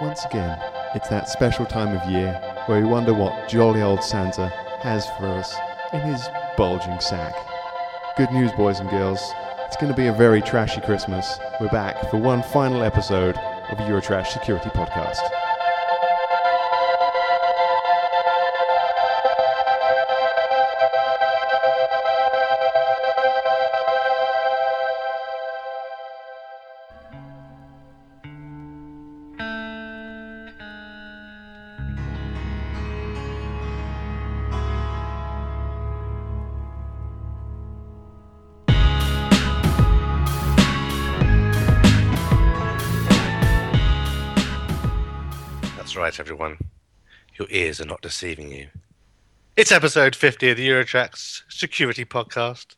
Once again, it's that special time of year where we wonder what jolly old Santa has for us in his bulging sack. Good news, boys and girls. It's going to be a very trashy Christmas. We're back for one final episode of Eurotrash Security Podcast. That's right, everyone. Your ears are not deceiving you. It's episode 50 of the Eurotrax Security Podcast.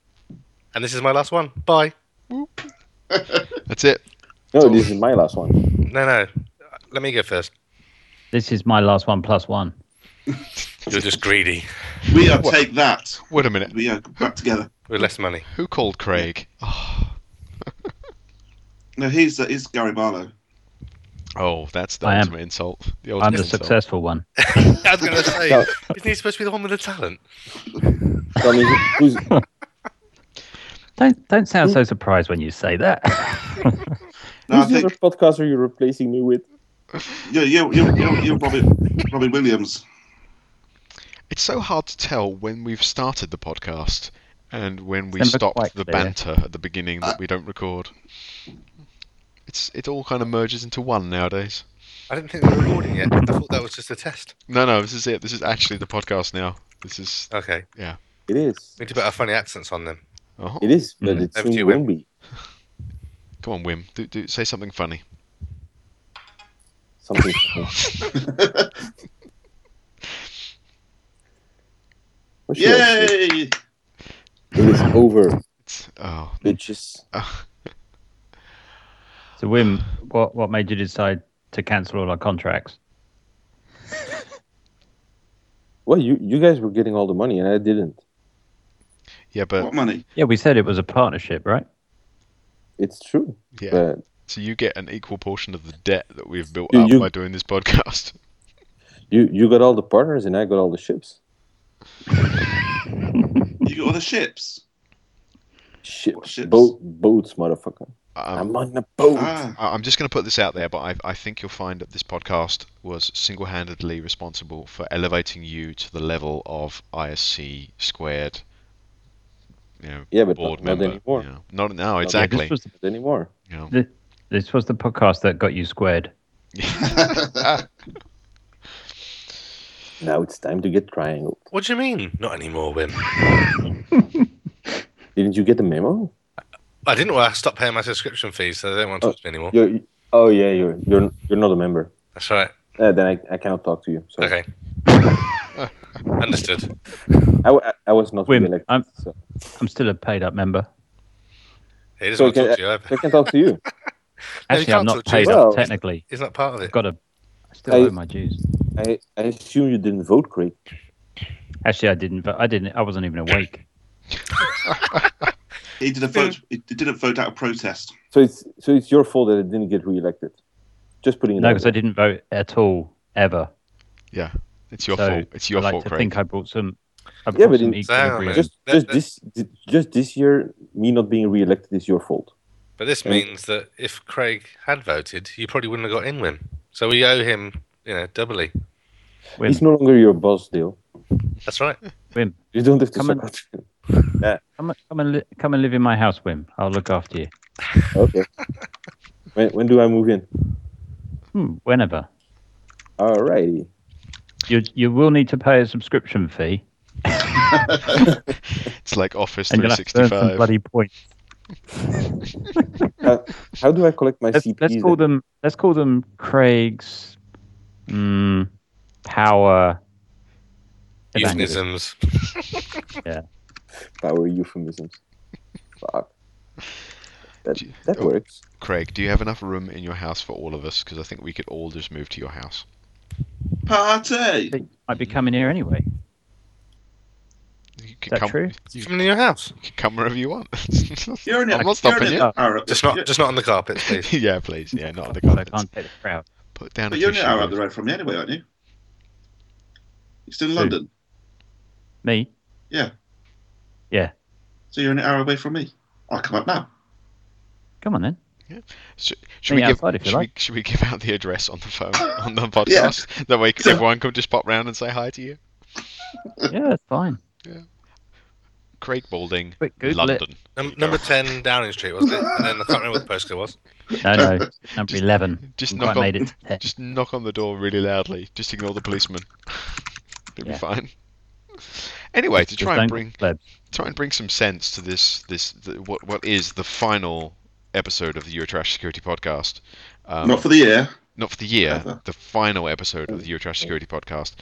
And this is my last one. Bye. That's it. No, this is my last one. No, no. Let me go first. This is my last one plus one. You're just greedy We are What? take that. Wait a minute. We are back together. with less money. Who called Craig? Oh, No, he's uh, he's Gary Marlowe. oh, that's the I am- ultimate insult. The ultimate I'm the insult. successful one. I was going to say, No. isn't he supposed to be the one with the talent? So, I mean, who's, Don't don't sound so surprised when you say that. No, I who's the think other podcast are you replacing me with? yeah, yeah, you're, you're, you're Robbie, Robbie Williams. It's so hard to tell when we've started the podcast and when we Never stopped quite the clear. banter at the beginning Uh, that we don't record. It's it all kind of merges into one nowadays. I didn't think we were recording yet. I thought that was just a test. No, no, this is it. This is actually the podcast now. This is Okay. It is. We need to put our funny accents on them. oh, It is, but Mm. it Over to you, soon Wim. won't be. come on, Wim, do, do say something funny. Something. What's your- Yay! It is over, It's oh, bitches. oh, so Wim, what what made you decide to cancel all our contracts? Well, you you guys were getting all the money, and I didn't. yeah, but What money? Yeah, we said it was a partnership, right? It's true, yeah. but So you get an equal portion of the debt that we've built You- up you- by doing this podcast. you you got all the partners, and I got all the ships. You got all the ships. Ships, What ships? boat, boats, motherfucker. Um, I'm on a boat. Ah, I- I'm just going to put this out there, but I, I think you'll find that this podcast was single handedly responsible for elevating you to the level of ISC squared. You know, Yeah, but board not, not member. anymore. you know. Not now, Not that- exactly. This was Not anymore. you know. the, this was the podcast that got you squared. Ah. Now it's time to get triangled. What do you mean? Not anymore, Wim. Didn't you get the memo? I didn't want to stop paying my subscription fees, so they don't want to talk to me anymore. You're, oh yeah, you're you're you're not a member. That's right. Uh, then I, I cannot talk to you. Sorry. Okay. Understood. I, w- I- I was not Wim, re-elected, I'm- so, I'm still a paid up member. He doesn't So want to can- talk to you either. so I can talk to you. No, you Actually, I'm can't not talk to paid us. up Well- technically. He's not part of it. I've got a. I still I- owe my dues. I, I assume you didn't vote, Craig. Actually, I didn't. But I didn't. I wasn't even awake. he did a vote. He didn't vote out of protest. So it's so it's your fault that it didn't get re-elected. Just putting it No, out because I there. didn't vote at all ever. it's your So, fault. It's your I like fault, to Craig. think I brought some. I brought Yeah, but some in- Sound, equilibrium. just That- just that- this just this year, me not being re-elected is your fault. But this Yeah. means that if Craig had voted, you probably wouldn't have got in, Wim. So we owe him, you know, doubly. Wim, He's no longer your boss, Dale. That's right. Wim, You don't have to. Come Come on. come, and- come and li- come and live in my house, Wim. I'll look after you. Okay. when when do I move in? Hmm, whenever Alrighty. you you will need to pay a subscription fee, It's like Office and you'll have to earn some 365. bloody points. How do I collect my Let's, CPs? let's call them. Let's call them Craig's. Mm, power. evangelist. Euphemisms. power euphemisms. Fuck. That, Gee, that oh, works. Craig, do you have enough room in your house for all of us? Because I think we could all just move to your house. Party. Might be coming here anyway. You Is can that come, true? It's from your house. You can come wherever you want. You're an I'm not stopping you're you. An Arab. Just not, You're- just not on the carpet, please. yeah, please. Yeah, not on the Because I carpet. can't take the crowd. Put down a But you're an tissue. Arab the road from me anyway, aren't you? You're still in Who? London, Me? so you're an hour away from me. I'll come up now. Come on then. Should, should we give? outside if you should, like. we, should we give out the address on the phone on the podcast? That way, So- everyone can just pop round and say hi to you. Yeah, it's fine. Craig Balding, Quick, Google London. Num- number 10 Downing Street, wasn't it? And then I can't remember what the postcode was. it. No, no. it's Number Just- 11. Just Just knock quite on. made it to 10. Just knock on the door really loudly. Just ignore the policeman. It'll Yeah. be fine. Anyway, to Just try and don't bring pleb. try and bring some sense to this this the, what what is the final episode of the Eurotrash Security Podcast. Um, Not for the year. not for the year, Ever. the final episode of the Eurotrash Security Podcast.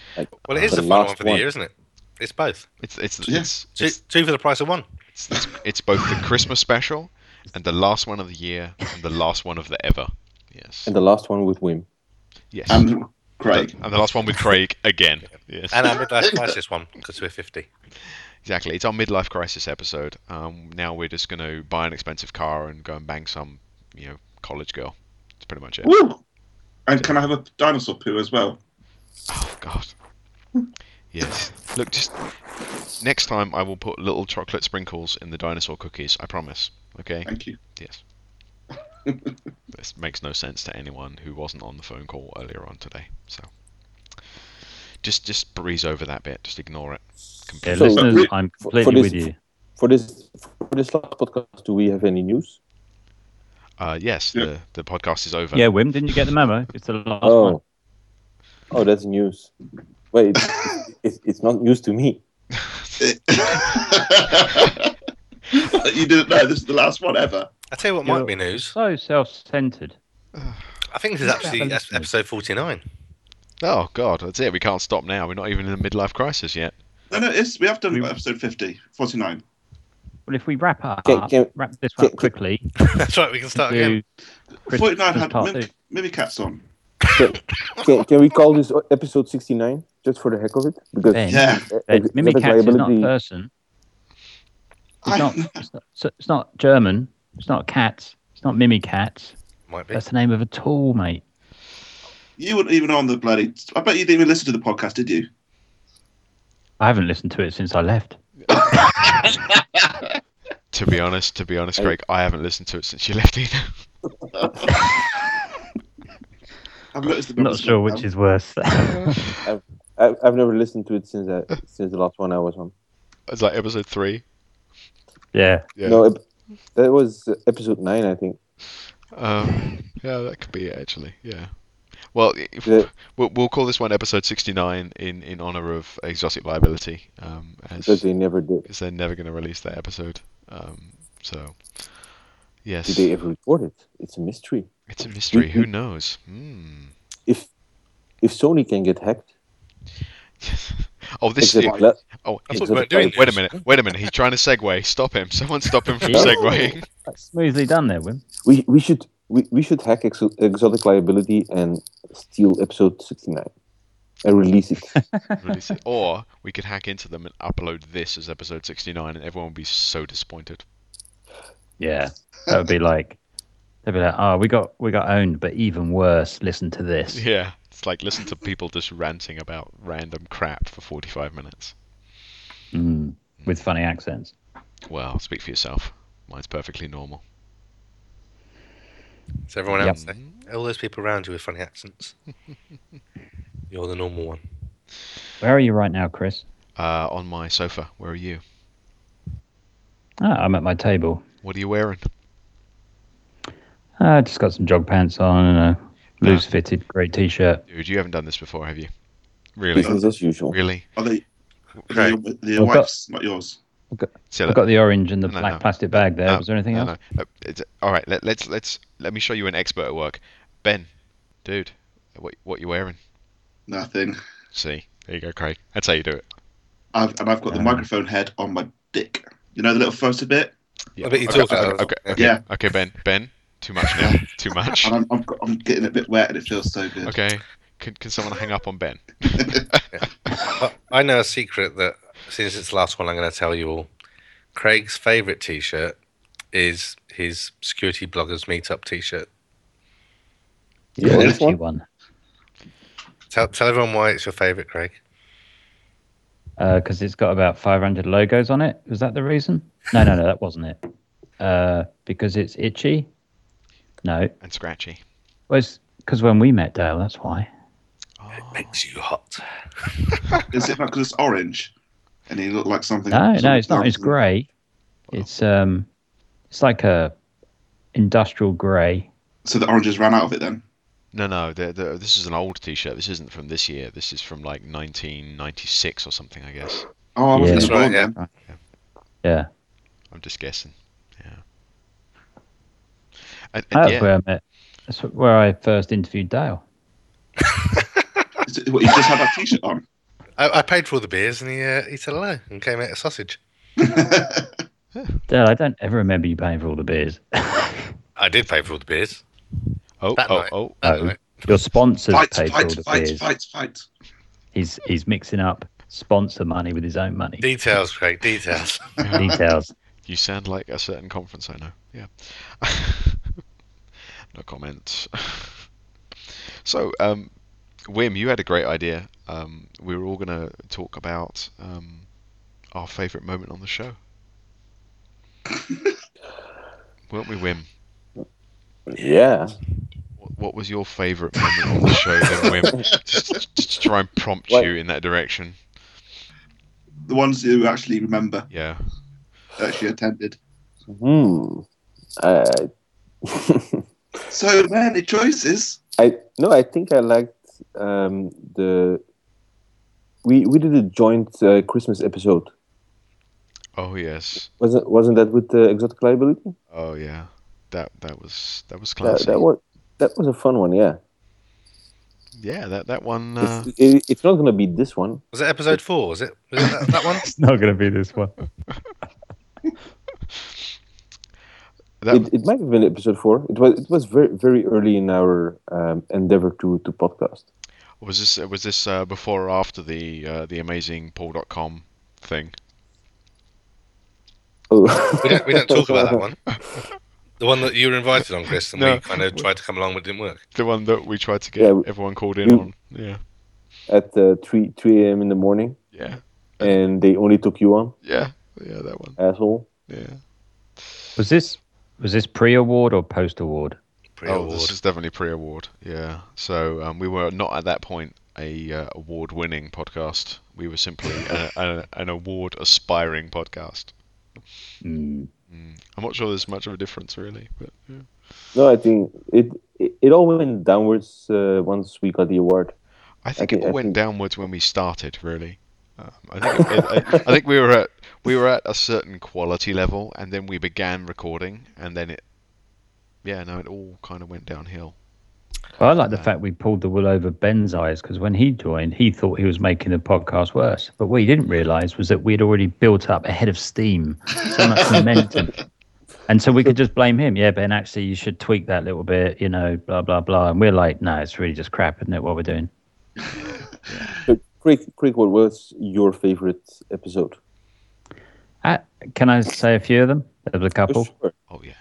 Well, it is The the, final last one for the one. year, isn't it? It's both. It's it's Yeah. it's, Two, it's, two for the price of one. it's it's it's both the Christmas special and the last one of the year and the last one of the ever. Yes. And the last one with Wim. Yes. And Craig. and the last one with Craig again. Yes. And our midlife crisis one, because we're 50. Exactly. It's our midlife crisis episode. Um, now we're just going to buy an expensive car and go and bang some, you know, college girl. That's pretty much it. Woo! And can I have a dinosaur poo as well? Oh God. Yes. Look, just next time I will put little chocolate sprinkles in the dinosaur cookies. I promise. Okay. Thank you. Yes. this makes no sense to anyone who wasn't on the phone call earlier on today. So just just breeze over that bit. Just ignore it. Yeah, Completely. So- listeners, we- I'm for completely this- with you. For this for this last podcast, do we have any news? Uh, yes. The the podcast is over. Yeah, Wim, didn't you get the memo? It's the last oh, one. oh, that's news. Wait, it's, it's, it's not news to me. you didn't know this is the last one ever. I tell you what Yeah. might be news. So self-centered. I think this is actually es- episode 49. Oh God, that's it. We can't stop now. We're not even in the midlife crisis yet. No, no, it's, we have done We- episode 50, 49. Well, if we wrap up, Can- can- wrap this can- up quickly. That's right, we can start again. do Christmas 49 had part mim- two. Mimikatz on. Can, can we call this o- episode 69 just for the heck of it? Because Ben. Yeah. uh, Uh, ex- Mimikatz is not a liability- person. It's I- not, it's, not, so- it's not German. It's not cats. It's not Mimikatz. Might be. That's the name of a tool, mate. You weren't even on the bloody. I bet you didn't even listen to the podcast, did you? I haven't listened to it since I left. To be honest, to be honest, Greg, I haven't listened to it since you left either. I've noticed the I'm not sure which is worse. I've, I've never listened to it since I, since the last one I was on. It's like episode three. yeah. Yeah. No, ep- that was uh, episode 9, I think. Um, yeah, that could be it actually. Yeah. Well, i- if- Yeah. we'll, we'll call this one episode sixty-nine in, in honor of exotic liability, um, as Because they never did. 'cause they're never going to release that episode. Um, so, yes, Did they ever record it? It's a mystery. it's a mystery. Who knows? Hmm. If if Sony can get hacked, Oh, this. except la- oh, I he- thought we weren't Exotic doing wait a news. minute. Wait a minute. He's trying to segue. Stop him. Someone stop him from Yeah. segueing. That's smoothly done there, Wim. we, we should we, we should hack ex- exotic liability and steal episode 69 and release it. release it. Or we could hack into them and upload this as episode 69, and everyone would be so disappointed. Yeah. That would be like, they'd be like, oh, we got we got owned, but even worse, listen to this. Yeah. It's like listen to people just ranting about random crap for 45 minutes. Mm, with funny accents. Well, speak for yourself. Mine's perfectly normal. It's everyone Yep. else. eh? All those people around you with funny accents. You're the normal one. Where are you right now, Chris? Uh, on my sofa, where are you? Ah, I'm at my table. Ah, What are you wearing? I just got some jog pants on and a loose fitted grey t shirt. Dude, you haven't done this before, have you? Really? Business as usual. Really? Are they. are Okay. they your- they're your I've got- wife's, not yours. Sell I've got the orange and the No, black no. plastic bag there. No, Was there anything No, else? no. Uh, it's- all right, let, let's, let's, let me show you an expert at work. Ben, dude, what, what you wearing? Nothing. See? There you go, Craig. That's how you do it. I've, and I've got the Um. microphone head on my dick. You know the little photo bit? Yeah. I bet you okay, talk okay, out of- okay, okay, Yeah. okay, Ben. Ben, Too much now. Too much. And I'm, I'm, I'm getting a bit wet and it feels so good. Okay. Can, can someone hang up on Ben? But I know a secret that since it's the last one, I'm going to tell you all. Craig's favorite T-shirt is his security bloggers meetup T-shirt. The Yeah, this quality one? one. Tell tell everyone why it's your favorite, Craig. because Uh, it's got about 500 logos on it. Was that the reason? No, no, no, that wasn't it. Uh, because it's itchy. No, And Scratchy. was because when we met Dale, that's why. Oh, Makes you hot. Is it because it's orange? And he looked like something. No, no, something it's not. It's else. grey. It's um, it's like a industrial grey. So the oranges ran out of it then. no, no. The, the, this is an old T-shirt. This isn't from this year. This is from like 1996 or something, I guess. Oh, I Yeah. wasn't That's born right, yeah. then. Yeah, I'm just guessing. Yeah. And, and that's yeah, where I met. That's wh- where I first interviewed Dale. Is it- what, you just had that t shirt on. I, I paid for all the beers, and he uh, he said hello and came out a sausage. Dale, I don't ever remember you paying for all the beers. I did pay for all the beers. oh, that oh, night. oh, That Oh. night. Your sponsors fight, paid for all fight, the fight, beers. fight, fight. He's he's mixing up sponsor money with his own money. Details, Craig. Details. oh. Details. You sound like a certain conference I know. Yeah. no comment. so, um, Wim, you had a great idea. Um, we were all going to talk about um, our favourite moment on the show. Weren't we, Wim? Yeah. What- What was your favourite moment on the show, then, Wim? Just, just try and prompt Well- you in that direction. The ones you actually remember, Yeah. actually attended. Hmm. I So many choices. I no, I think I liked um, the. We we did a joint uh, Christmas episode. Oh yes. Wasn't wasn't that with the exotic liability? Oh yeah. That that was that was That, classic. that was that was a fun one. Yeah, Yeah. That that one. Uh, Uh-huh. it's, it, it's not gonna be this one. Was it episode four? Was it, was it that, that one? It's not going to be this one. that it, it might have been episode four. It was it was very very early in our um, endeavor to to podcast. Was this was this uh, before or after the uh, the amazing Paul.com thing? Oh, We don't, we don't talk about that one. The one that you were invited on, Chris, and No. we kind of tried to come along but didn't work. The one that we tried to get Yeah, w- everyone called in you- on. Yeah, At uh, three three a.m. in the morning, yeah, and they only took you on, yeah, yeah. That one. asshole. Yeah. Was this was this pre award or post award? Pretty Oh, this is definitely pre-award. Yeah. So um, we were not at that point a uh, award-winning podcast. We were simply a, a, an award-aspiring podcast. Mm. Mm. I'm not sure there's much of a difference really, but yeah. No, I think it it, it all went downwards uh, once we got the award. I think think- it all I went think- downwards when we started, really. Um, I, think it- I, I think we were at we were at a certain quality level, and then we began recording, and then it, yeah, no, it all kind of went downhill. Well, I like the Uh, fact we pulled the wool over Ben's eyes because when he joined, he thought he was making the podcast worse. But what he didn't realise was that we had already built up a head of steam, so much momentum. And so we could just blame him. Yeah, Ben, actually, you should tweak that little bit, you know, blah, blah, blah. And we're like, no, it's really just crap, isn't it, what we're doing? But Craig, Craig, what was your favorite episode? Uh, can I say a few of them? There was a couple. Sure. Oh yeah,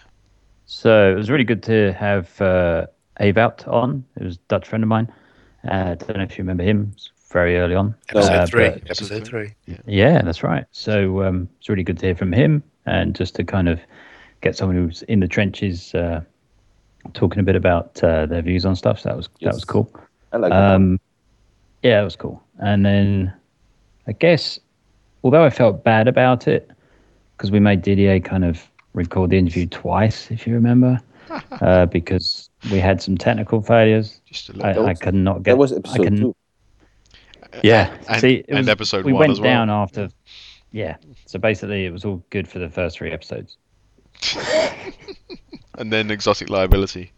So it was really good to have uh, Avout on. It was a Dutch friend of mine. Uh, I don't know if you remember him. It's very early on. Episode Uh, three. but- Episode three. yeah, that's right. So um, it's really good to hear from him and just to kind of get someone who's in the trenches uh, talking a bit about uh, their views on stuff. So that was that Yes. was cool. I like that. one. Um, yeah, it was cool. And then I guess, although I felt bad about it, because we made Didier kind of record the interview twice, if you remember, uh, because we had some technical failures. just a I, little. That I was- could not get. That was I episode can, two. Yeah. And- See, it and was- episode we one went as well. down after. Yeah. So basically, it was all good for the first three episodes. and then exotic liability.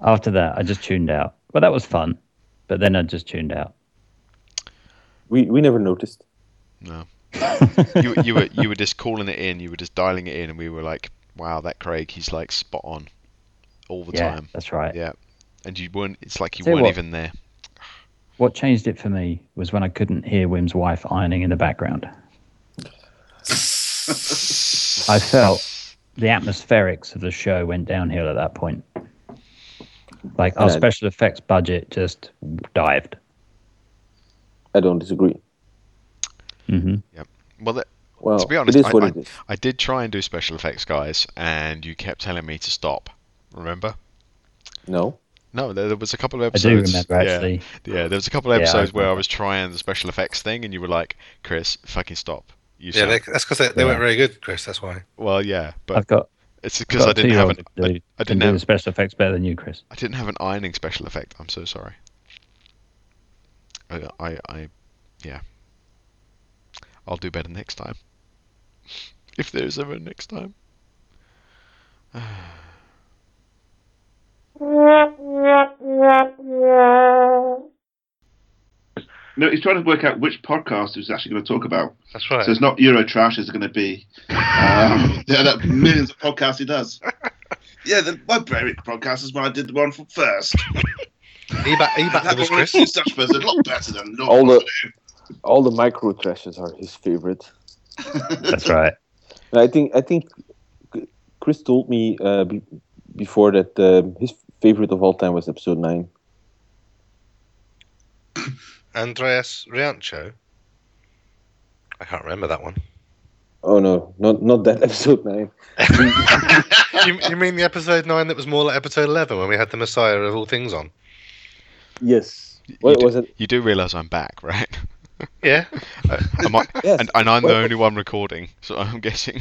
After that, I just tuned out. Well, that was fun, but then I just tuned out. We we never noticed. No, you you were you were just calling it in, you were just dialing it in, and we were like, wow, that Craig, he's like spot on. all the yeah, time, that's right. Yeah. and you weren't. It's like you Tell you weren't what. even there. What changed it for me was when I couldn't hear Wim's wife ironing in the background. I felt the atmospherics of the show went downhill at that point. Like our Uh, special effects budget just dived. I don't disagree. hmm Well, that, Well, to be honest, it is I, what I, it is. I did try and do special effects, guys, and you kept telling me to stop. Remember? No, No, there, there was a couple of I do episodes. remember yeah. actually. Yeah, there was a couple Yeah, of I episodes where I remember. was trying the special effects thing, and you were like, "Chris, fucking stop." You Yeah, sound- they, that's because they, they Yeah. weren't very good, Chris. That's why. well, yeah, but I've got it's I've because got I a didn't have an two-year-old who I, do- I can didn't do the have special effects better than you, Chris. I didn't have an ironing special effect. I'm so sorry. I I, I yeah. I'll do better next time. If there's ever a next time. No, he's trying to work out which podcast he's actually going to talk about. That's right. So it's not Eurotrash, it's going to be um, the other millions of podcasts he does. Yeah, the, my favourite podcast is when I did the one from first. Are you back, are you back That with us, one Chris? was such was a lot better than Lord. all the all the micro trashes are his favorite. That's right. And I think I think Chris told me uh, be, before that um, his favorite of all time was episode nine. Andreas Riancho. I can't remember that one. Oh no, not not that episode nine. you, you mean the episode nine that was more like episode eleven when we had the Messiah of all things on? Yes. What you was it? You do realise I'm back, right? Yeah. Am I, Yes. and, and I'm the Well- only one recording, so I'm guessing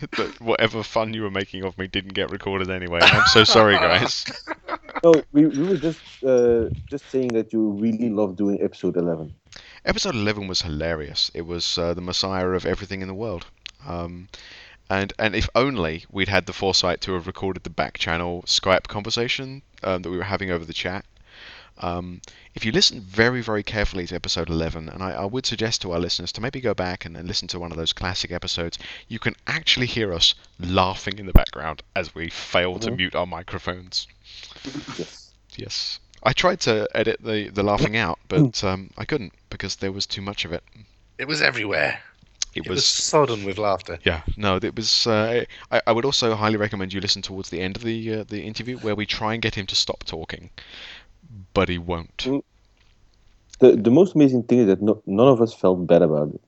that whatever fun you were making of me didn't get recorded anyway. I'm so sorry, guys. No, we, we were just uh, just saying that you really love doing episode eleven. Episode 11 was hilarious. It was uh, the messiah of everything in the world. Um, and and if only we'd had the foresight to have recorded the back channel Skype conversation um, that we were having over the chat. Um, if you listen very, very carefully to episode 11, and I, I would suggest to our listeners to maybe go back and, and listen to one of those classic episodes, you can actually hear us laughing in the background as we fail to Mhm. mute our microphones. Yes. Yes. I tried to edit the, the Mm. laughing out, but um, I couldn't because there was too much of it. It was everywhere. It, It was, was sodden with laughter. yeah, no, it was. Uh, I, I would also highly recommend you listen towards the end of the uh, the interview where we try and get him to stop talking, but he won't. Mm. The the most amazing thing is that no, none of us felt bad about it.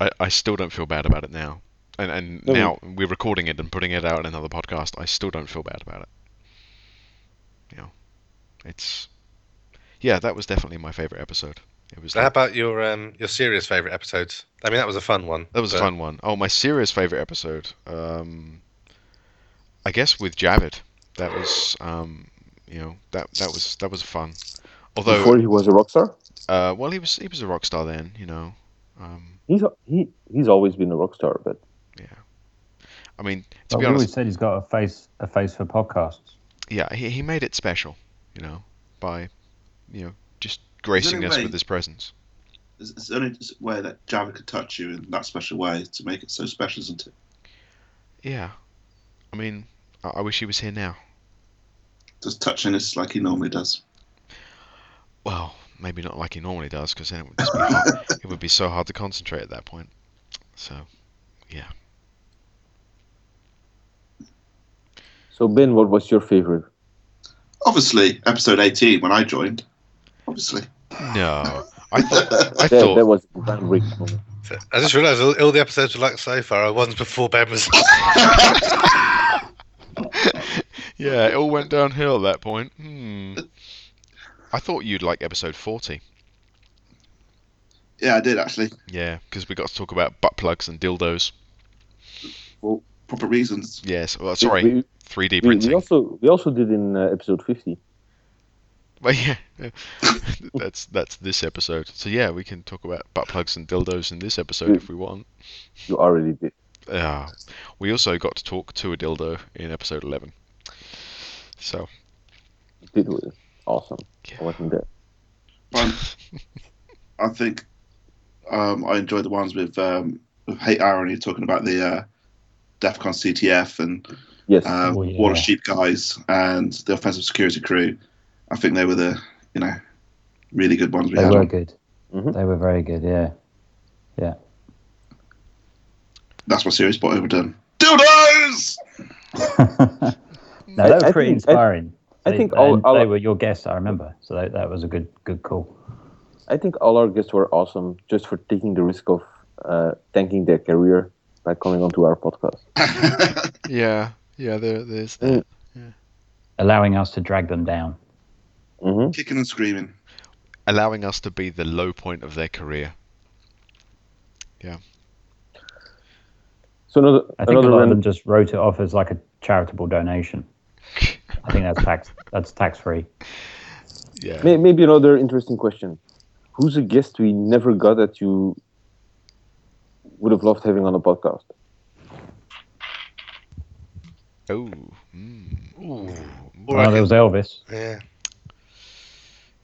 I, I still don't feel bad about it now, and and No. now we're recording it and putting it out in another podcast. I still don't feel bad about it. You know, it's yeah, that was definitely my favorite episode. It was How that, about your um your serious favourite episodes? I mean, that was a fun one. that was a but- fun one. Oh, my serious favorite episode. Um, I guess with Javid, that was um, you know that that was that was fun. Although Before he was a rock star, Uh, well, he was he was a rock star then, you know. Um, he's he he's always been a rock star, but I mean, to But be we honest, always said he's got a face a face for podcasts. yeah, he, he made it special, you know, by, you know, just gracing any us way- with his presence. It's, it's the only way that Java could touch you in that special way to make it so special, isn't it? Yeah, I mean, I, I wish he was here now. Just touching us like he normally does. Well, maybe not like he normally does, because then it would just be hard. it would be so hard to concentrate at that point. So, so Ben, what was your favorite? Obviously, episode 18 when I joined. Obviously. no, I thought I That, thought that was a groundbreaking moment. I just realised all, all the episodes we liked so far are ones before Ben was. yeah, it all went downhill at that point. Hmm. I thought you'd like episode forty. Yeah, I did actually. Yeah, because we got to talk about butt plugs and dildos. Proper reasons. Yes. Well, We- sorry, we, 3D we, we printing. also we also did in uh, episode fifty. But yeah, yeah. that's that's this episode. So yeah, we can talk about butt plugs and dildos in this episode if we want. You already did. Uh, we also got to talk to a dildo in episode 11. So Did we? Awesome. I yeah. wasn't there. But I think um, I enjoyed the ones with, um, with Hate Irony talking about the uh, DEFCON CTF and Yes. uh, Oh, yeah. Water Sheep guys and the offensive security crew. I think they were the you know really good ones we They had. were on. good. Mm-hmm. Mhm. They were very good. Yeah. That's what Serious Boy overdone. Dildos. No, they I- were I pretty think- I- inspiring. I They- think all- and all- they were your guests. I remember, so that, that was a good good call. I think all our guests were awesome just for taking the risk of uh, tanking their career by coming onto our podcast. Yeah, yeah. There, there's Mm. that. Allowing us to drag them down. hmm Kicking and screaming. allowing us to be the low point of their career. So another I think another a lot of random them just wrote it off as like a charitable donation. I think that's tax that's tax free. Yeah. May- Maybe another interesting question. Who's a guest we never got that you would have loved having on the podcast? Oh. Mm. Ooh. Mm. Or Well, I Oh, there was could, Elvis. yeah.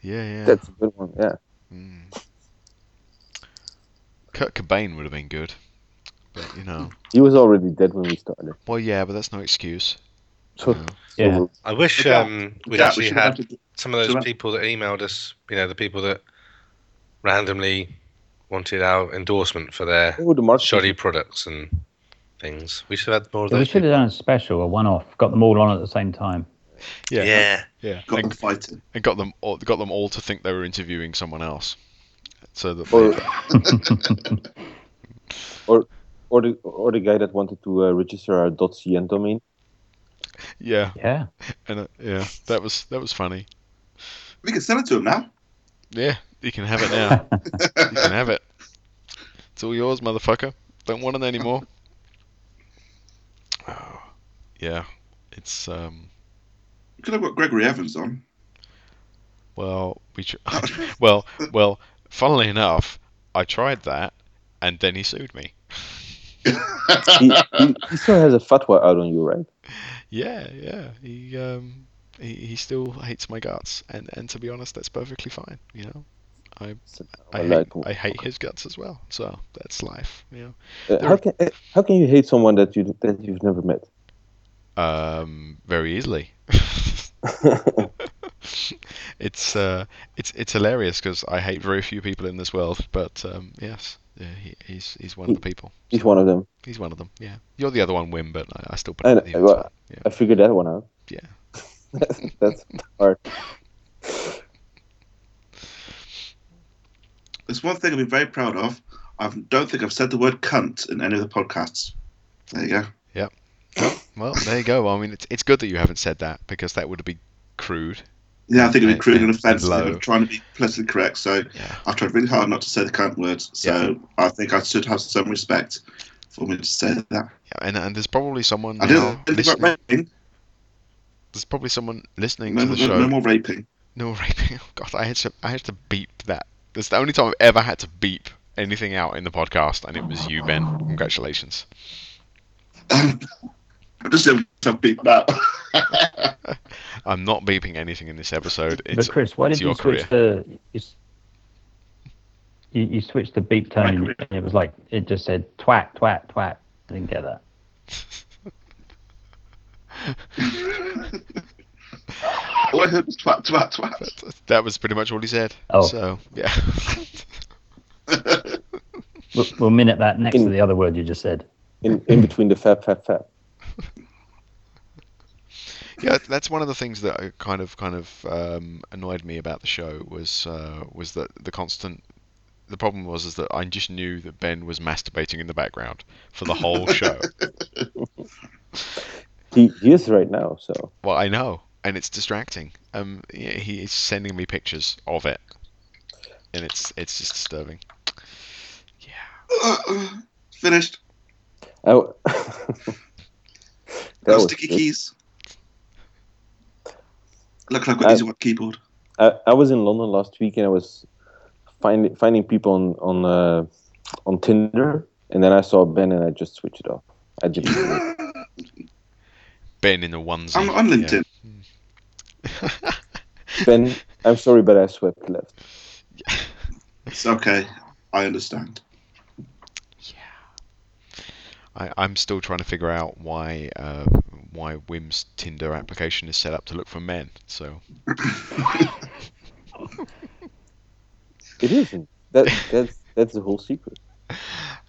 Yeah, yeah. That's a good one. Yeah. Mm. Kurt Cobain would have been good, but you know. He was already dead when we started. Well, yeah, but that's no excuse. So, No. so Yeah. I wish Yeah. um, we'd Yeah, we actually should had have to- some of should those have- people that emailed us. You know, the people that randomly wanted our endorsement for their who the market? shoddy products and things. We should have had more of So we those. should people. have done a special, a one off, got them all on at the same time. Yeah. yeah. Yeah. got them And, fighting. and got them all, got them all to think they were interviewing someone else. So that they, Or, or, or the or the guy that wanted to uh, register our .cn domain. yeah, Yeah. and uh, yeah, that was that was funny. We can sell it to him now. Yeah, you can have it now. you can have it. It's all yours, motherfucker. Don't want it anymore. Oh, yeah, it's um. We could have got Gregory Evans on. Well, we tr- well, well. Funnily enough, I tried that, and then he sued me. He, he, he still has a fatwa out on you, right? Yeah, yeah. He um, he, he still hates my guts, and and to be honest, that's perfectly fine. You know, So, I hate, like, I hate his guts as well. So that's life. You uh, how can uh, how can you hate someone that you that you've never met? know, um, very easily. it's uh, it's it's hilarious because I hate very few people in this world, but um, yes, yeah, he, he's he's one of the people. He's one of them. He's one of them. Yeah, you're the other one, Wim, but I, I still put I it know, with you, well, it's I figured that one out. Yeah. That's hard. There's one thing I've been very proud of. I don't think I've said the word cunt in any of the podcasts. There you go. fine. Well, there you go. I mean, it's it's good that you haven't said that because that would be crude. Yeah, I think it'd be Uh, crude and and offensive. low. I'm trying to be politically correct, so Yeah. I tried really hard not to say the cunt words. So I think I should have some respect for me to say that. Yeah, and and there's probably someone I now didn't think about listening- raping. there's probably someone listening No, to the no- show. no more raping. No raping. Oh God, I had to I had to beep that. That's the only time I've ever had to beep anything out in the podcast, and it was you, Ben. Congratulations. I'm just saying I've beat that. I'm not beeping anything in this episode. It's But Chris, why it's did you your switch career. the you, s- you, you switched the beep tone and it was like it just said twat, twat, twat. Didn't get that. All I heard was twat, twat, twat. that was pretty much all he said. Oh. So yeah. We'll, we'll minute that next to the other word you just said. In in between the fab fab fab. yeah, that- that's one of the things that uh, kind of kind of um, annoyed me about the show was uh, was that the constant. The problem was is that I just knew that Ben was masturbating in the background for the whole show. He, he is right now. So well, I know, and it's distracting. Um, yeah, he is sending me pictures of it, and it's it's just disturbing. Finished. I w- No was sticky good. keys. Look like I've got Uh, these on my keyboard. I, I was in London last week and I was finding finding people on on uh, on Tinder and then I saw Ben and I just switched it off. I didn't. Ben in the onesie. I'm on LinkedIn. ben, I'm sorry, but I swept left. It's okay. I understand. I, I'm still trying to figure out why uh, why Wim's Tinder application is set up to look for men. So It isn't. That that's that's the whole secret.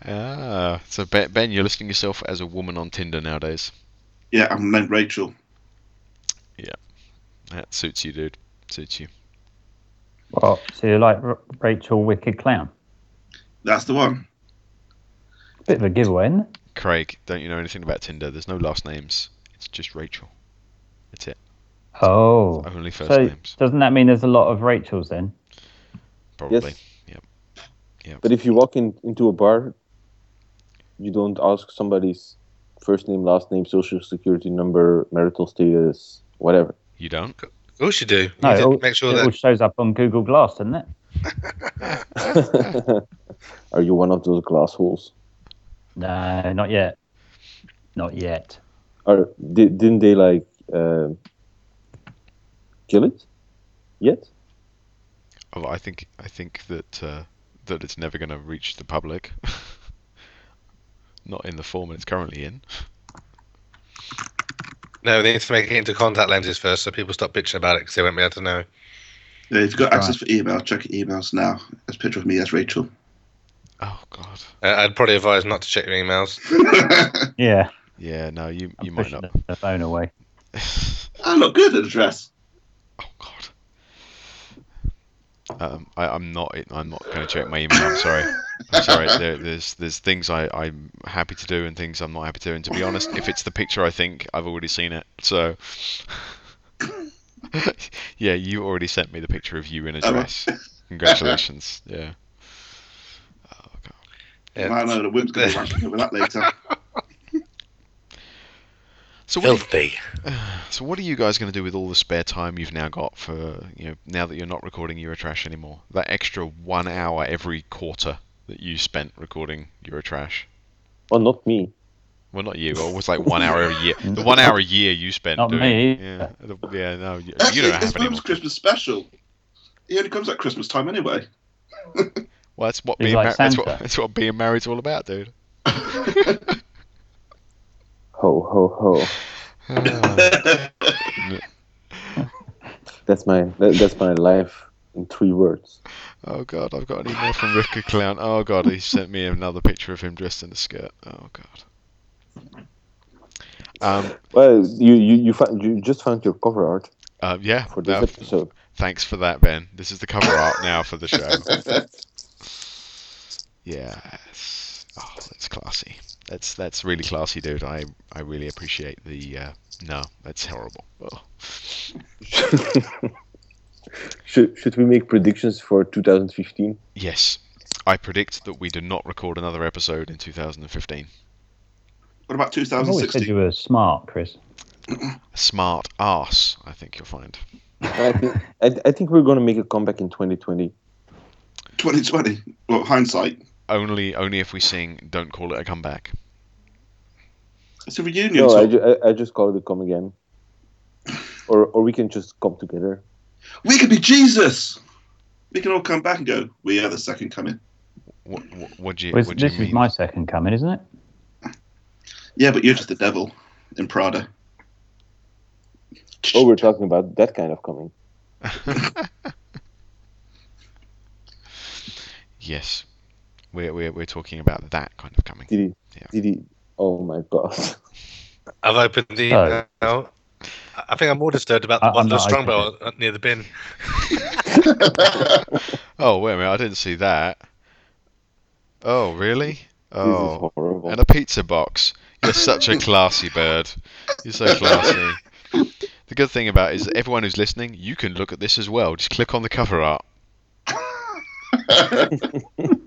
ah, so Ben, ben you're listing yourself as a woman on Tinder nowadays. Yeah, I meant Rachel. That suits you, dude. Suits you. Well, so you're like R- Rachel Wicked Clown. That's the one. Bit of a giveaway, isn't it? Craig, don't you know anything about Tinder? There's no last names. It's just Rachel. Oh. Only first So names, doesn't that mean there's a lot of Rachels then? probably. Yes. But if you walk in into a bar, you don't ask somebody's first name, last name, social security number, marital status, whatever. You don't. Of course you do. You No, oh, did it all, make sure it that all shows up on Google Glass, doesn't it? Are you one of those glass holes? No, not yet. Not yet. Or di- didn't they like uh, kill it yet? Oh, I think I think that uh, that it's never going to reach the public. Not in the form it's currently in. no, they need to make it into contact lenses first, so people stop bitching about it because they won't be able to know. Yeah, if you've got Right. access for email, check your emails now. There's a picture of me as Rachel. Oh God. Uh, I'd probably advise not to check your emails. I Yeah. Yeah. No, you I'm you might pushing not. The phone away. look good at a dress. Oh God. Um, I, I'm not. I'm not going to check my email. I'm sorry. I'm sorry. There, there's there's things I I'm happy to do and things I'm not happy to do. And to be honest, if it's the picture I think I've already seen it. So. yeah, you already sent me the picture of you in a Oh. dress. Congratulations. Yeah. Oh God. Yeah. I know the wimp's going to watch me with that later. So what, Filthy. so what are you guys going to do with all the spare time you've now got for you know now that you're not recording Eurotrash anymore? That extra one hour every quarter that you spent recording Eurotrash. Well, not me. Well, not you. but It was like one hour a year. The one hour a year you spent. Not doing, me. Yeah, the- yeah. No, you, you Actually, don't have it's any. William's Christmas special. He only comes at Christmas time anyway. Well, that's what He's being like mar- that's what Santa. that's what being married's all about, dude. Ho ho ho. Ah, That's my that, that's my life in three words. oh god, I've got an email from Rivka Clown. Oh god, he sent me another picture of him dressed in a skirt. Oh god. Um. Well, you you you, found, you just found your cover art Uh, yeah. for this that- episode. Thanks for that, Ben. This is the cover art now for the show. Yes. Oh, that's classy. That's that's really classy, dude. I, I really appreciate the. Uh, no, that's horrible. Oh. Should should we make predictions for 2015? Yes, I predict that we do not record another episode in 2015. What about I always said 2016? you were smart, Chris. Smart ass, I think you'll find. I think I, I think we're gonna make a comeback in 2020. 2020. Well, hindsight. Only only if we sing "Don't Call It a Comeback." It's a reunion. No, I, so- ju- I, I just call it a come again. Or or we can just come together. we could be Jesus. We can all come back and go, we are the second coming. What what, what do you Was- what do you this mean? is my second coming, isn't it? Yeah, but you're just the devil in Prada. Oh, we're talking about that kind of coming. Yes, we're, we're we're talking about that kind of coming. Did he? Yeah. Did he? Oh my god! I've opened the Oh. email. I- I think I'm more disturbed about the I- one I'm that's not strong bell near the bin. Oh wait a minute, I didn't see that. Oh really? This Oh, is horrible. and a pizza box. You're such a classy bird. You're so classy. The good thing about it is that everyone who's listening, you can look at this as well. Just click on the cover art.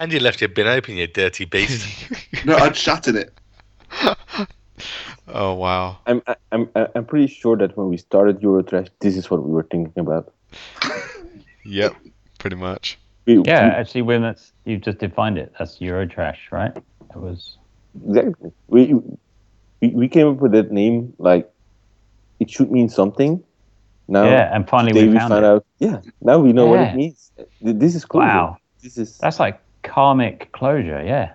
And you left your bin open, you dirty beast. no, I'd shat in it. Oh wow. I'm I- I'm I'm pretty sure that when we started Eurotrash, this is what we were thinking about. Yep, pretty much. We, Yeah, actually, when that's you've just defined it. That's Eurotrash, right? It was. exactly. We, we we came up with that name like it should mean something. Now yeah, and finally today we found, it. Oh, out. Yeah, now we know what Yeah. it means. Th- This is closure. Wow, This is that's like karmic closure. Yeah,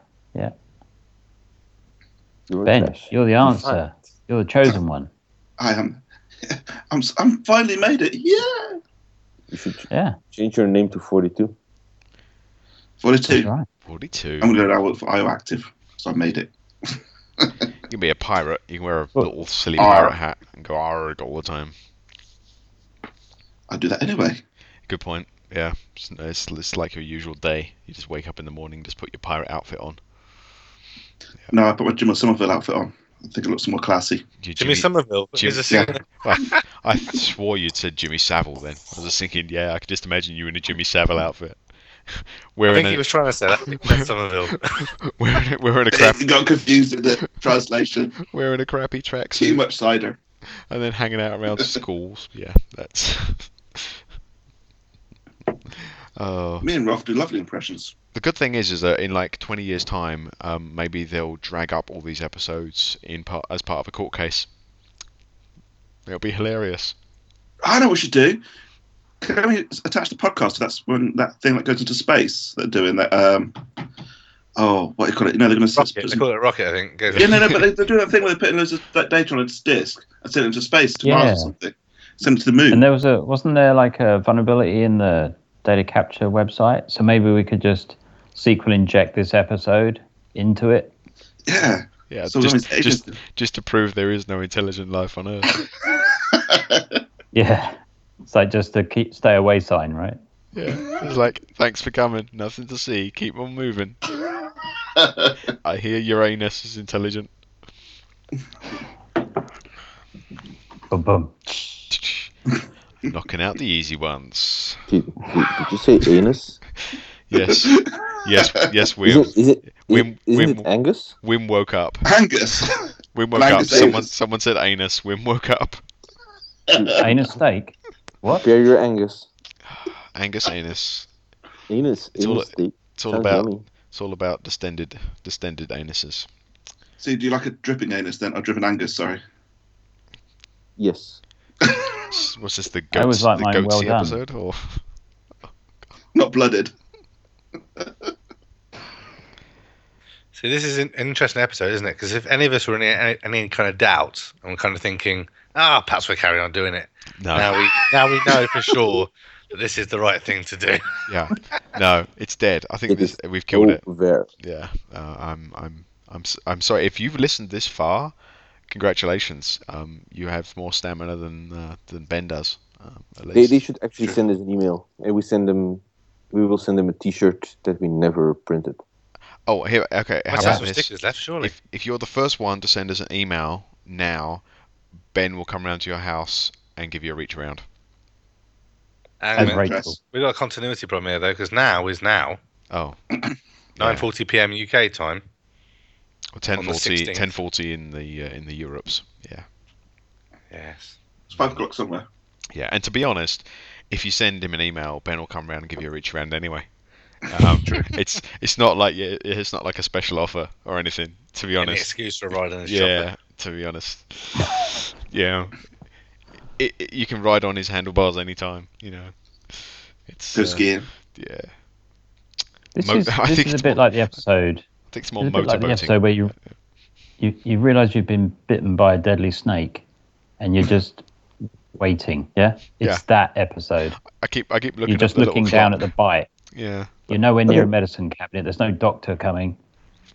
You were Ben, trash. you're the answer. You're the chosen one. I am. I'm. s- I'm finally made it. Yeah. You should ch- Yeah, change your name to 42. that's Forty-two. right. 42. I'm gonna go for IO active. So I made it. You can be a pirate. You can wear a Well, little silly arr. pirate hat and go arg all the time. I do that anyway. Good point. Yeah, it's, it's, it's like your usual day. You just wake up in the morning, just put your pirate outfit on. No, I put my Jimmy Somerville outfit on. I think it looks more classy. You Jimmy, Somerville Jim- is a yeah. singer. I, I swore you'd said Jimmy Savile then. I was just thinking, yeah, I could just imagine you in a Jimmy Savile outfit. I Wearing think a, he was trying to say that. I think that's Somerville. wearing, a, wearing, a crap, It got confused in the translation. wearing a crappy Too tracksuit much cider. and then hanging out around schools. Yeah, that's. Oh, Me and Rolf do lovely impressions. the good thing is, is that in like 20 years' time, um, maybe they'll drag up all these episodes in part as part of a court case. It'll be hilarious. I know what we should do. Can we attach the podcast to that's when that thing that goes into space that are doing that? Um, oh, what do you call it? You know, they're going to. rocket. They call it rocket, I think. Go for Yeah, it. no, no, but they- they're doing that thing where they're putting loads of like, data on its disk and sending it into space to Yeah. Mars or something. Send it to the moon. And there was a wasn't there like a vulnerability in the data capture website? So maybe we could just SQL inject this episode into it. yeah. Yeah, So just, it's agents- just, just to prove there is no intelligent life on Earth. Yeah, it's like just a keep stay away sign, right? Yeah, it's like, thanks for coming. Nothing to see. Keep on moving. I hear Uranus is intelligent. Boom, boom. Knocking out the easy ones. Did, did, did you say anus? Yes, yes, yes. Is Wim, it, is it, Wim- is, isn't Wim- it Angus? Wim woke up. Angus. Wim woke Langus up. Someone, Anus. someone said anus. Wim woke up. Anus steak. What? Prepare your Angus. Angus anus. Anus. It's all- anus steak. It's all Sounds about. yummy. It's all about distended, distended anuses. See, do you like a dripping anus then? Or dripping Angus, sorry. Yes. S- Was this the I always goats? like the mine goatsy well done. episode, or Not blooded. See, this is an an interesting episode, isn't it? Because if any of us were in any, any kind of doubt, I'm kind of thinking, ah, perhaps we're carrying on doing it. no? Now we now we know for sure that this is the right thing to do. Yeah, no. It's dead. I think It this, is we've killed it. Over. Yeah, uh, I'm, I'm, I'm, s- I'm sorry. If you've listened this far, congratulations. Um, you have more stamina than uh, than Ben does. Um, at They, least. they should actually Sure. send us an email, and we send them. We will send them a T-shirt that we never printed. Oh, here, okay. How Must about have some this? stickers left, surely. If if you're the first one to send us an email now, Ben will come round to your house and give you a reach around. As Hang on. right. Rachel. We've got a continuity problem here, though, because now is now. Oh, 9.40 p.m. UK time. or 1040, 16th. 1040 in the uh, in the Europes. Yeah, Yes. It's five o'clock somewhere. yeah. And to be honest, if you send him an email, Ben will come round and give you a reach around anyway. Um, it's it's not like it- it's not like a special offer or anything. To be Any honest, excuse for a ride in the shop. Yeah, to be honest. yeah. It, it- you can ride on his handlebars anytime, you know. It's Go uh, yeah. skiing. I This Mo- is, I this think is a it's bit more- like the episode. think it's more It's a bit like the motorboating. episode where you you you realize you've been bitten by a deadly snake, and you're just waiting. Yeah, it's Yeah. that episode. I keep I keep looking. you're at just the little looking down at clock. the bite. Yeah. You're nowhere near a medicine cabinet. There's no doctor coming.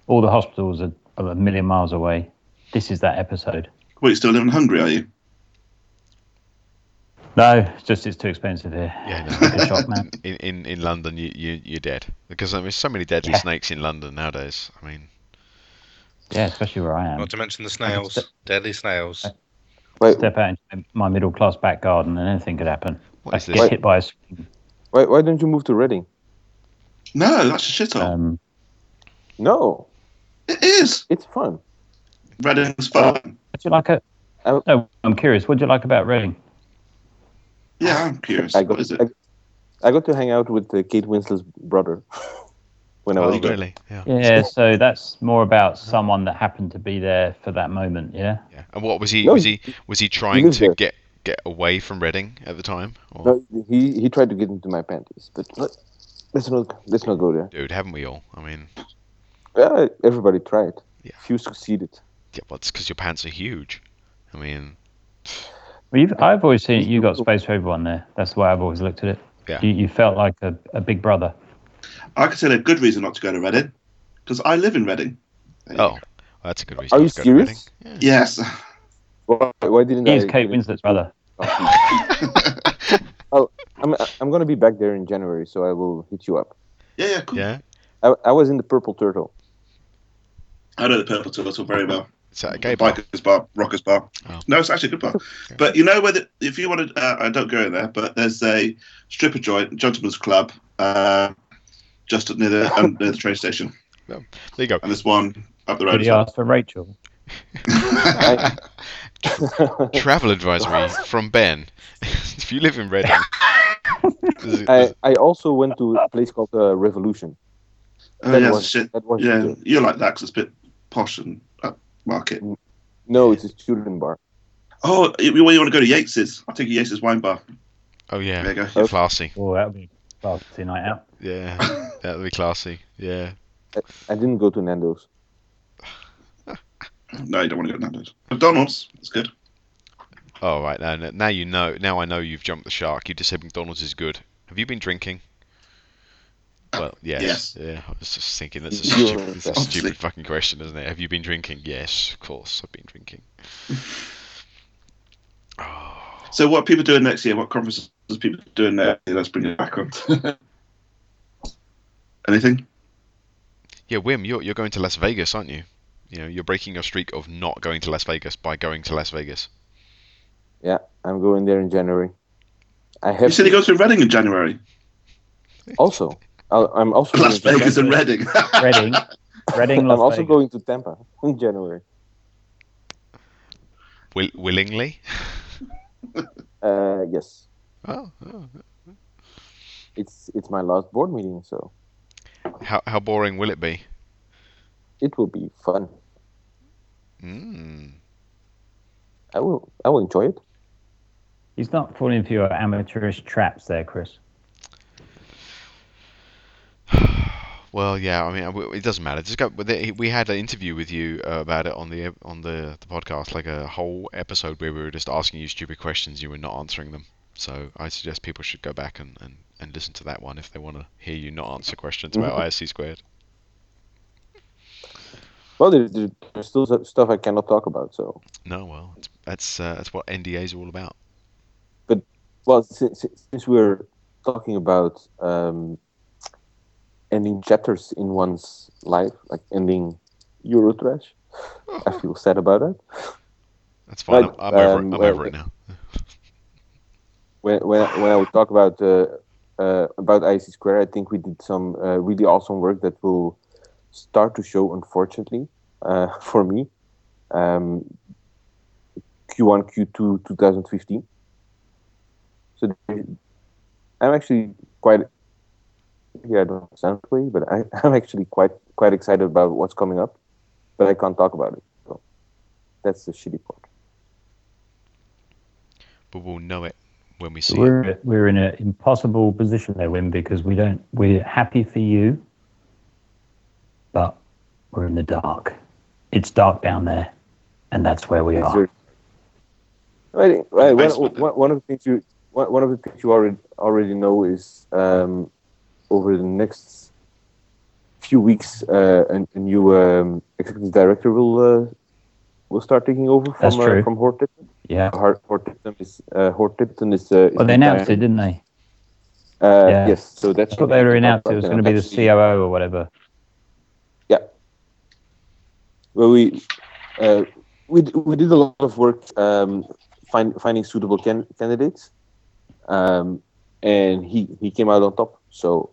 All the hospitals are, are a million miles away. This is that episode. Wait, you still living in Hungary, are you? No, it's just it's too expensive here. Yeah, no. Good shot, man. In, in in London, you you you're dead because I mean, there's so many deadly Yeah. snakes in London nowadays. I mean, Yeah, especially where I am. Not to mention the snails, St- deadly snails. Wait, Step out into my middle class back garden and anything could happen. what I is could this? get hit by a swing. why, why don't you move to Reading? No, that's a shithole. Um, No, it is. it's fun. Reading's fun. would you like a? I- No, I'm curious. What do you like about Reading? Yeah, I'm curious. I got, What is it? I, I got to hang out with uh, Kate Winslet's brother when I Oh, was there. really? Yeah. Yeah, so that's more about someone that happened to be there for that moment. Yeah. yeah. And what was he No, was he was he trying lives to there. get get away from Reading at the time? Or, No, he he tried to get into my panties, but let- let's not let's not go there. Dude, haven't we all? I mean, Yeah, everybody tried. Yeah. Few succeeded. Yeah, well, it's because your pants are huge. I mean, Well, you've, I've always seen it, you got space for everyone there. That's the way I've always looked at it. Yeah. You, you felt like a, a big brother. I could tell you a good reason not to go to Reading because I live in Reading. oh, that's a good reason. Are not you to go to Reading. serious? Yeah. Yes. Why, why didn't He is I? Kate Winslet's brother. Oh, I'm, I'm gonna be back there in January, so I will hit you up. Yeah, yeah, cool. Yeah. I, I was in the Purple Turtle. I know the Purple Turtle very well. Is that a gay bar? Bikers bar, rockers bar. Oh. No, it's actually a good bar. But you know where the, if you want to, uh, I don't go in there, but there's a stripper joint, gentleman's club, uh, just near the um, near the train station, There you go. and there's one up the road. Did As he well. ask for Rachel? I- Travel advisory from Ben. if you live in Reading, there's a- I, I also went to a place called uh, Revolution. Oh, That yeah, was- shit. That was yeah, you like that 'cause it's a bit posh and upmarket. no, it's a student bar. Oh, you, you want to go to Yates's? I'll take you to Yates's wine bar. oh yeah, There you go. Okay. classy. Oh, that would be classy night out. Yeah, that'll be classy. Yeah. I didn't go to Nando's. No, you don't want to go to Nando's. McDonald's, it's good. Oh right, now now you know. Now I know you've jumped the shark. You just said McDonald's is good. Have you been drinking? Well, yes. Uh, Yes. Yeah, I was just thinking that's a You're stupid, that's a obviously. stupid fucking question, isn't it? Have you been drinking? Yes, of course I've been drinking. Oh, So what are people doing next year? What conferences are people doing next year? Let's bring it back on. Anything? yeah, Wim, you're you're going to Las Vegas, aren't you? You know, you're breaking your streak of not going to Las Vegas by going to Las Vegas. Yeah, I'm going there in January. I have You said he goes to Reading in January. also. i I'm also Las going to Vegas and Tampa. Reading. Reading. Reading, I'm Las also Vegas. going to Tampa in January. Will- willingly? Uh, yes, Oh, oh. it's it's my last board meeting, so How how boring will it be? it will be fun. Mm. I will I will enjoy it. He's not falling for your amateurish traps there, Chris. Well, yeah, I mean, w- it doesn't matter. Just go. with it- We had an interview with you uh, about it on the ep- on the, the podcast, like a whole episode where we were just asking you stupid questions, you were not answering them. So I suggest people should go back and, and, and listen to that one if they want to hear you not answer questions about ISC squared. Well, there, there- there's still some stuff I cannot talk about. So, No, well, it's, that's uh, that's what NDAs are all about. well, since, since we're talking about um, ending chapters in one's life, like ending Eurotrash, I feel sad about that. That's fine. Like, I'm, I'm over it. um, I'm well, over it now. when when when I would talk about uh, uh, about IC Square, I think we did some uh, really awesome work that will start to show, unfortunately, uh, for me. Um, Q1, Q2, 2015. So th- I'm actually quite. Yeah, I don't sound way, but I, I'm actually quite quite excited about what's coming up, but I can't talk about it. So that's the shitty part. But we'll know it when we So see it. we're we're in an impossible position there, Wim, because we don't we're happy for you, but we're in the dark. It's dark down there, and that's where we are. Sure. Right, right, One, Basement. one- one of the things you one, one of the things you already already know is um, over the next few weeks uh, a, a new um, executive director will uh, will start taking over That's from uh, true. from Hortipton. Yeah. Hor- Hortipton is uh, Hortipton is. Uh, is Well, they announced it, didn't they? Uh, yeah. Yes, so that's That's what they were announced. It was going to be the Actually, COO or whatever. Yeah. Well, we uh, we d- we did a lot of work um, find, finding suitable can- candidates, um, and he, he came out on top. So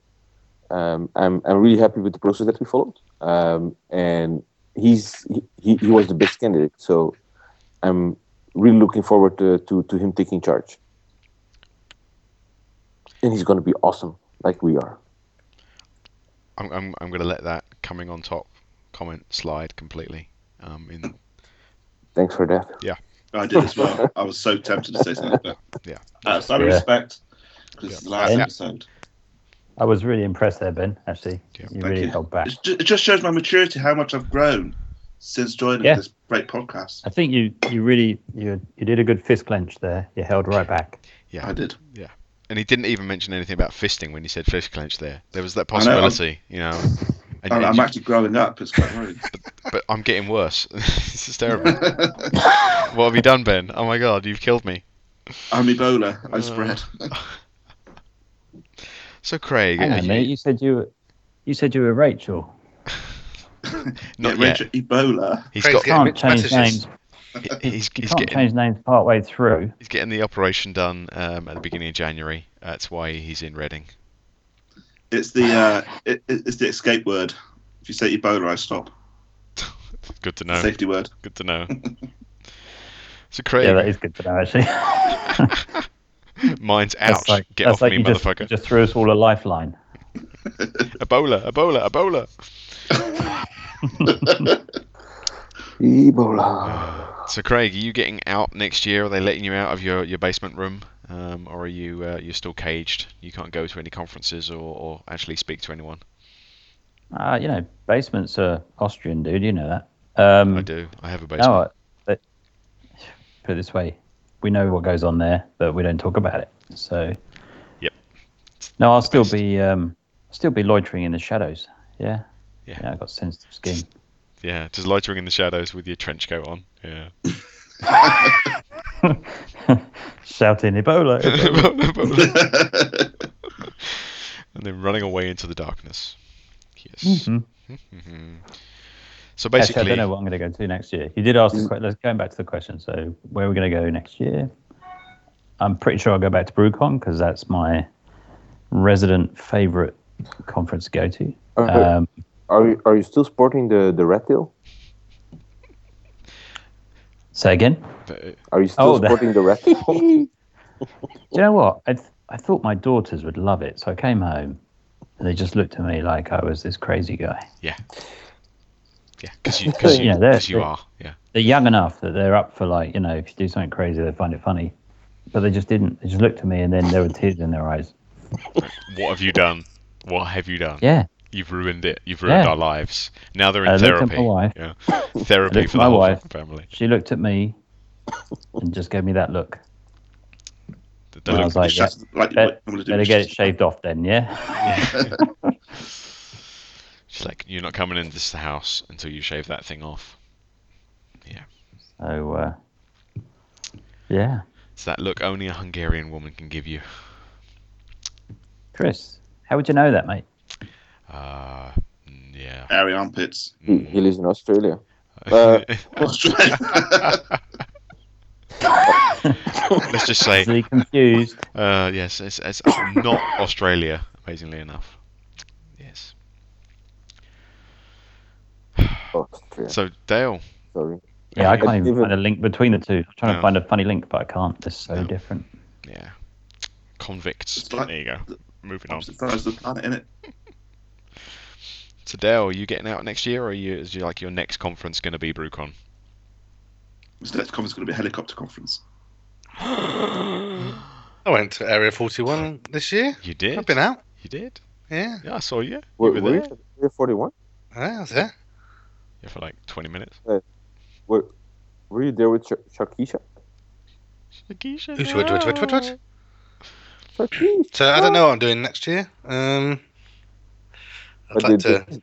um, I'm I'm really happy with the process that we followed, um, and he's he- he, he was the best candidate. So I'm really looking forward to to, to him taking charge, and he's going to be awesome like we are. I'm, I'm, I'm going to let that coming on top comment slide completely. Um, in Thanks for that. I did as well. I was so tempted to say something, but Yeah. Uh, so I Yeah. respect because it's the last Yeah. episode. I was really impressed there, Ben. Actually, Yeah, you thank really you. held back. It's ju- It just shows my maturity, how much I've grown since joining Yeah. this great podcast. I think you you really you you did a good fist clench there. You held right back. Yeah. I did. And he didn't even mention anything about fisting when he said fist clench there. There was that I know, I'm- possibility, you know. And- And and I'm you- actually growing up. It's quite worrying. but I'm getting worse. this is terrible. what have you done, Ben? Oh my god, you've killed me. I'm Ebola. I Uh, spread. So Craig, Hang uh, on, you- mate. You said you were, you said you were Rachel. not yeah, yet. Rachel, Ebola. He's Craig's got getting Can't mixed change messages. names. he- he's, You he's can't getting change names part way through. he's getting the operation done um, at the beginning of January. That's why he's in Reading. It's the uh, it, it- it's the escape word. If you say Ebola, I stop. Good to know. Safety word. Good to know. So Craig, Yeah, that is good to know actually. mine's That's ouch. like- Get that's off like me, you just- motherfucker. Just threw us all a lifeline. Ebola, Ebola, Ebola. Ebola. So Craig, are you getting out next year? Are they letting you out of your, your basement room, um, or are you uh, you're still caged? You can't go to any conferences or, or actually speak to anyone. Uh, you know, basements are Austrian, dude. You know that. Um, I do. I have a basement. No, uh, but put it this way, we know what goes on there, but we don't talk about it. So, Yep. No, I'll still best. be um, still be loitering in the shadows. Yeah, Yeah. yeah. I've got sensitive skin. Yeah, just loitering in the shadows with your trench coat on. Yeah. Shouting Ebola. Ebola. and That's then running away into the darkness. Yes. Mhm. Mhm. So Actually, I basically, don't know what I'm going to go to next year. You did ask the question. Let's going back to the question. So, where are we going to go next year? I'm pretty sure I'll go back to BrewCon because that's my resident favorite conference to go to. Uh, Are, Um, are you are you still sporting the the red tail? say again. th- Are you still Oh, the- sporting the red tail? Do you know what? I, th- I thought my daughters would love it. So I came home and they just looked at me like I was this crazy guy. yeah, because you, cause you, Yeah, they're- 'cause you they- are. Yeah. They're young enough that they're up for, like, you know, if you do something crazy, they find it funny. But they just didn't. They just looked at me and then there were tears in their eyes. What have you done? What have you done? Yeah. You've ruined it. You've ruined Yeah. our lives. Now they're in I looked at therapy. my wife. Yeah. therapy at for the my whole wife. fucking family. She looked at me and just gave me that look. The- the And I look- was like, yeah, just like you bet- normally do. better It's get it just- shaved off then, yeah? she's like, you're not coming into this house until you shave that thing off. So, uh, yeah. It's that look only a Hungarian woman can give you. Chris, how would you know that, mate? Uh, mm, yeah. Airy armpits. he, he lives in Australia. Uh, Mm. Uh, Let's just say, Is he confused? uh, yes, it's, it's not Australia, amazingly enough. Yes. Austria. So, Dale, Oh, Sorry. Yeah, I Yeah. can't even Even- find a link between the two. I'm trying No. to find a funny link, but I can't. They're so No. different. yeah, convicts. It's like- there you go. Moving on. Opposite sides of the planet, innit? So, Dale, are you getting out next year, or are you, is you like your next conference going to be BrewCon? This next conference is going to be a helicopter conference. I went to Area 41 this year. You did. I've been out. You did. Yeah, Yeah, I saw you. You Were, were were there. you at Area 41? I was there. Yeah, for like 20 minutes. Were, were you there with Sh- Shakisha? Shakisha, Who's- what- what- what- what- what? Shakisha. So I don't know what I'm doing next year. Um, I'd But like there- to there's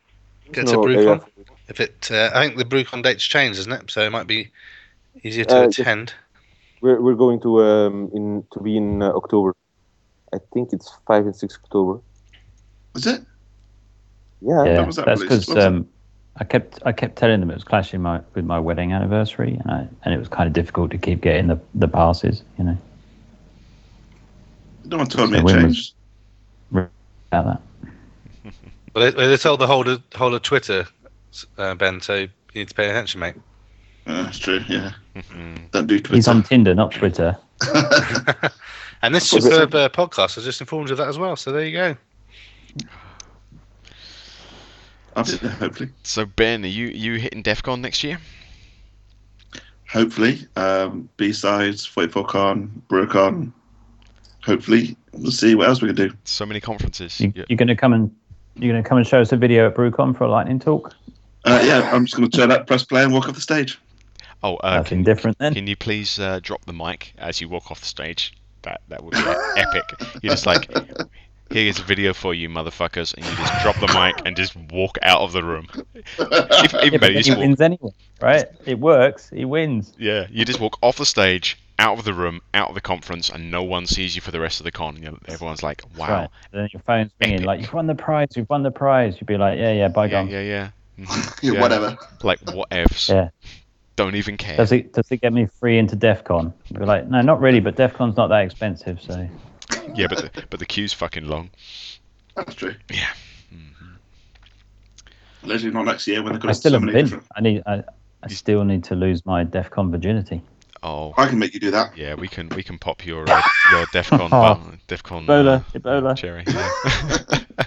get to Area BrewCon. 41. If it, uh, I think the BrewCon date's changed, isn't it? So it might be easier Uh, to yes. attend. We're, we're going to um in to be in uh, October. I think it's five and six October. Was it? Yeah. yeah, was that that's because released? What was um, I kept I kept telling them it was clashing my with my wedding anniversary, and I, and it was kind of difficult to keep getting the, the passes. You know No one told me So it when was- changed. about that. Well, they, they told the whole of, whole of Twitter, uh, Ben. So you need to pay attention, mate. Uh, that's true, yeah. Mhm. Don't do Twitter. He's on Tinder, not Twitter. and this Was is it- the uh, podcast. I just informed you of that as well. So there you go. I'll be there, hopefully. So, Ben, are you, you hitting DEF CON next year? Hopefully. Um, B-sides, 44con, BrewCon. Hopefully. We'll see what else we can do. So many conferences. You, Yeah. You're going to come and you're going to come and show us a video at BrewCon for a lightning talk. Uh, yeah, I'm just going to turn up, press play, and walk off the stage. Oh, uh, Nothing can, different then. can you please uh, drop the mic as you walk off the stage? That that would be epic. You're just like, here's a video for you, motherfuckers, and you just drop the mic and just walk out of the room. If, even Yeah, better, you but he just walk wins anyway, right? It works. He wins. Yeah, you just walk off the stage, out of the room, out of the conference, and no one sees you for the rest of the con. You know, everyone's like, That's "Wow, Right. And then your phone's ringing, like, you've won the prize, you've won the prize. You'd be like, yeah, yeah, yeah, bygone. yeah, yeah." Mhm. Yeah, Yeah. Whatever. Like what ifs? Yeah. Don't even care. Does it does it get me free into DEF CON? I'd be like, no, not really, but DEF CON's not that expensive, so. Yeah, but the, but the queue's fucking long. That's true. Yeah. Mm-hmm. Allegedly not next year when they've got I still so haven't many been. different. I need. I, I still need to lose my DEF CON virginity. Oh, I can make you do that. yeah, we can we can pop your uh, your DefCon Oh. button, DefCon Ebola, uh, Ebola. cherry. yeah.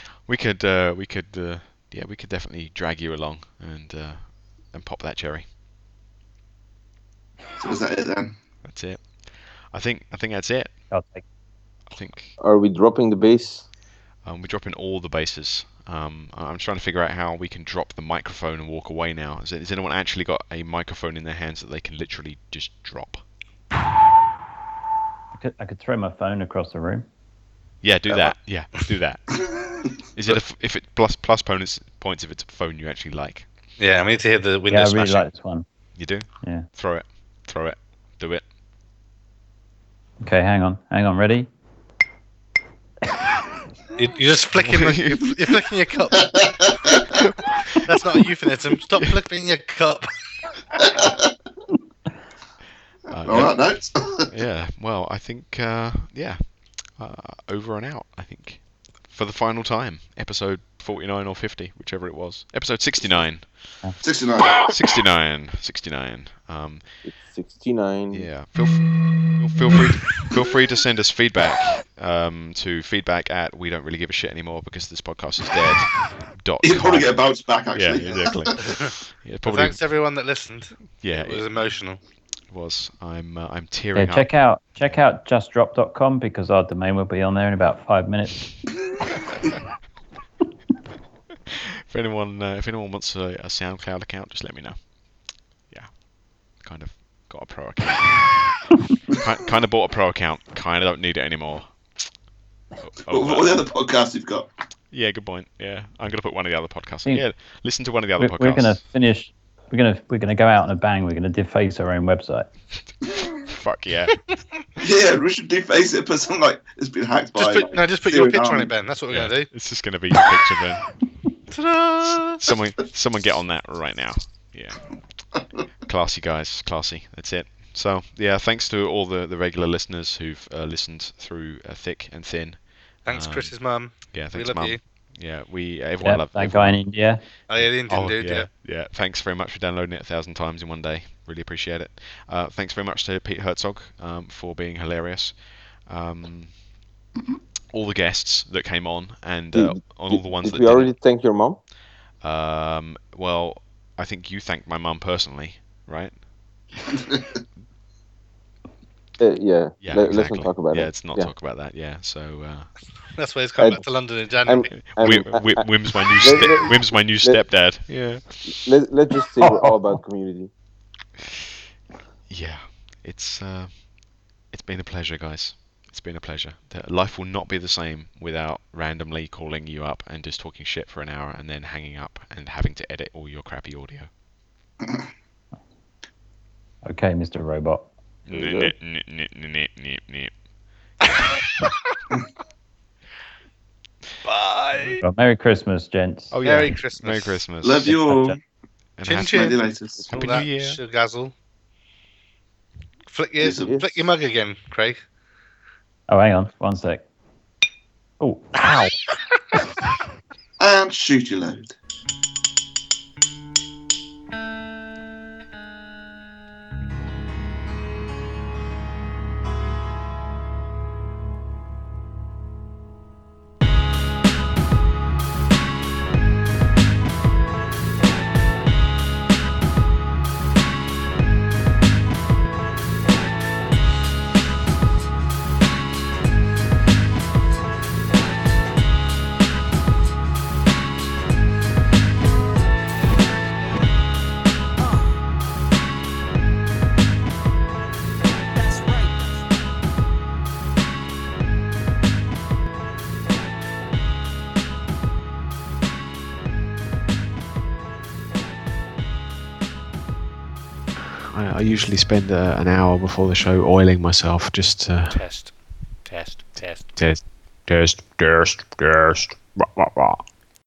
we could uh, we could uh, yeah we could definitely drag you along and uh, and pop that cherry. So is that it then? That's it. I think I think that's it. I'll take I think Are we dropping the bass? Um, we're dropping all the bases. Um, I- I'm trying to figure out how we can drop the microphone and walk away now. Has, has anyone actually got a microphone in their hands that they can literally just drop? I could, I could throw my phone across the room. Yeah, do Uh-huh. that. Yeah, do that. Is it a f if it plus plus bonus points if it's a phone you actually like? Yeah, I need to hear the window Yeah, I really smashing. like this one. You do? Yeah. Throw it. Throw it. Do it. Okay, hang on, hang on, ready? You- You're just flicking. you're, you're flicking your cup. That's not a euphemism. Stop flicking your cup. Uh, All right, notes. Yeah. Well, I think uh, yeah, uh, over and out. I think for the final time, episode 49 or 50, whichever it was. Episode 69. 69. 69 69 um, It's 69. yeah feel, f- feel free to, feel free to send us feedback um, to feedback at we don't really give a shit anymore because this podcast is dead dot He'll probably get a com. bounce back, yeah actually. exactly yeah Well, probably thanks everyone that listened. yeah It was it emotional. was i'm uh, i'm Yeah, tearing up check out check out justdrop.com because our domain will be on there in about five minutes. if anyone uh, if anyone wants a, a soundcloud account just let me know yeah kind of got a pro account kind, kind of bought a pro account kind of don't need it anymore Oh, But oh, what well. are the other podcasts you've got? Yeah, good point. Yeah, I'm gonna put one of the other podcasts. Yeah. Yeah, listen to one of the We're, other podcasts. we're gonna finish. We're gonna we're gonna go out in a bang. We're gonna deface our own website. Fuck yeah. Yeah, we should deface it, put something like it's been hacked Just by. put, no, just put your Dude, picture on um, it, Ben. That's what we're yeah. gonna do. It's just gonna be your picture then. Ta-da! Someone, someone get on that right now. Yeah. Classy guys, classy. That's it. So yeah, thanks to all the, the regular listeners who've uh, listened through uh, thick and thin. Thanks, Um, Chris's mum. Yeah, We thanks, love mum. you. Yeah, we everyone Yeah, loved that everyone- guy in India. Oh yeah, the Indian dude. Yeah. yeah, yeah. Thanks very much for downloading it a thousand times in one day. Really appreciate it. Uh, thanks very much to Pete Herzog um, for being hilarious. Um, all the guests that came on and uh, Did- on all the ones Did that we didn't. already thank your mom? Um, well, I think you thanked my mum personally, right? Uh, yeah. Yeah, Let, Let's exactly. not talk about yeah, it. let's not talk about that. Yeah, so uh, That's why he's Um, coming I- back to London in January. I'm- Um, Wim- I- Wim- I- Wim's my new Let- ste- let- Wim's my new let- stepdad. Yeah. let, let's just say we're all about community. yeah, it's uh, it's been a pleasure, guys. It's been a pleasure. The- Life will not be the same without randomly calling you up and just talking shit for an hour and then hanging up and having to edit all your crappy audio. Okay, Mr. Robot. Nip, nip, nip, nip, nip, nip, nip. Bye. Well, Merry Christmas, gents. um, Oh Merry yeah, Christmas. Merry Christmas. Love you all. And Chin happy- chin. Maybe latest. All Happy that New Year. shagazzle. Flick your, Yes, yes. flick your mug again, Craig. Oh, hang on, one sec. Oh, ow! And shoot your load. Thank I, I usually spend uh, an hour before the show oiling myself just to Test, test, test. test, test, test, test. Rah, rah, rah.